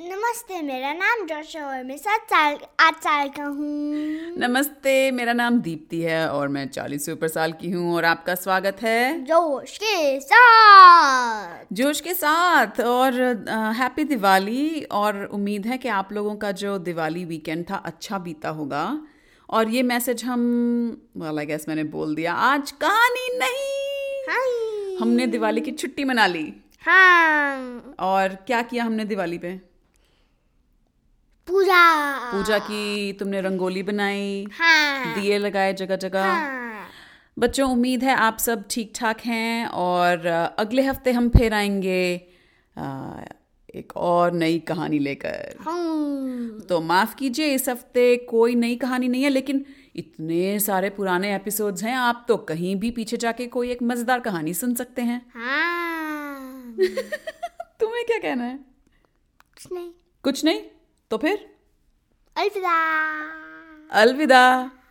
नमस्ते मेरा नाम जोश है और मैं सात साल आठ साल का हूँ नमस्ते मेरा नाम दीप्ति है और मैं चालीस से ऊपर साल की हूँ और आपका स्वागत है जोश के साथ जोश के साथ और अ, हैप्पी दिवाली और उम्मीद है कि आप लोगों का जो दिवाली वीकेंड था अच्छा बीता होगा और ये मैसेज हम वाला गैस मैंने बोल दिया आज कहानी नहीं हाँ हमने दिवाली की छुट्टी मना ली हाँ और क्या किया हमने दिवाली पे पूजा पूजा की तुमने रंगोली बनाई हाँ दिए लगाए जगह जगह हाँ बच्चों उम्मीद है आप सब ठीक ठाक हैं और अ, अगले हफ्ते हम फिर आएंगे अ, एक और नई कहानी लेकर हाँ तो माफ़ कीजिए इस हफ्ते कोई नई कहानी नहीं है लेकिन इतने सारे पुराने एपिसोड्स हैं आप तो कहीं भी पीछे जाके कोई एक मज़ेदार कहानी सुन सकते हैं हाँ तुम्हें क्या कहना है कुछ नहीं कुछ नहीं तो फिर अलविदा अलविदा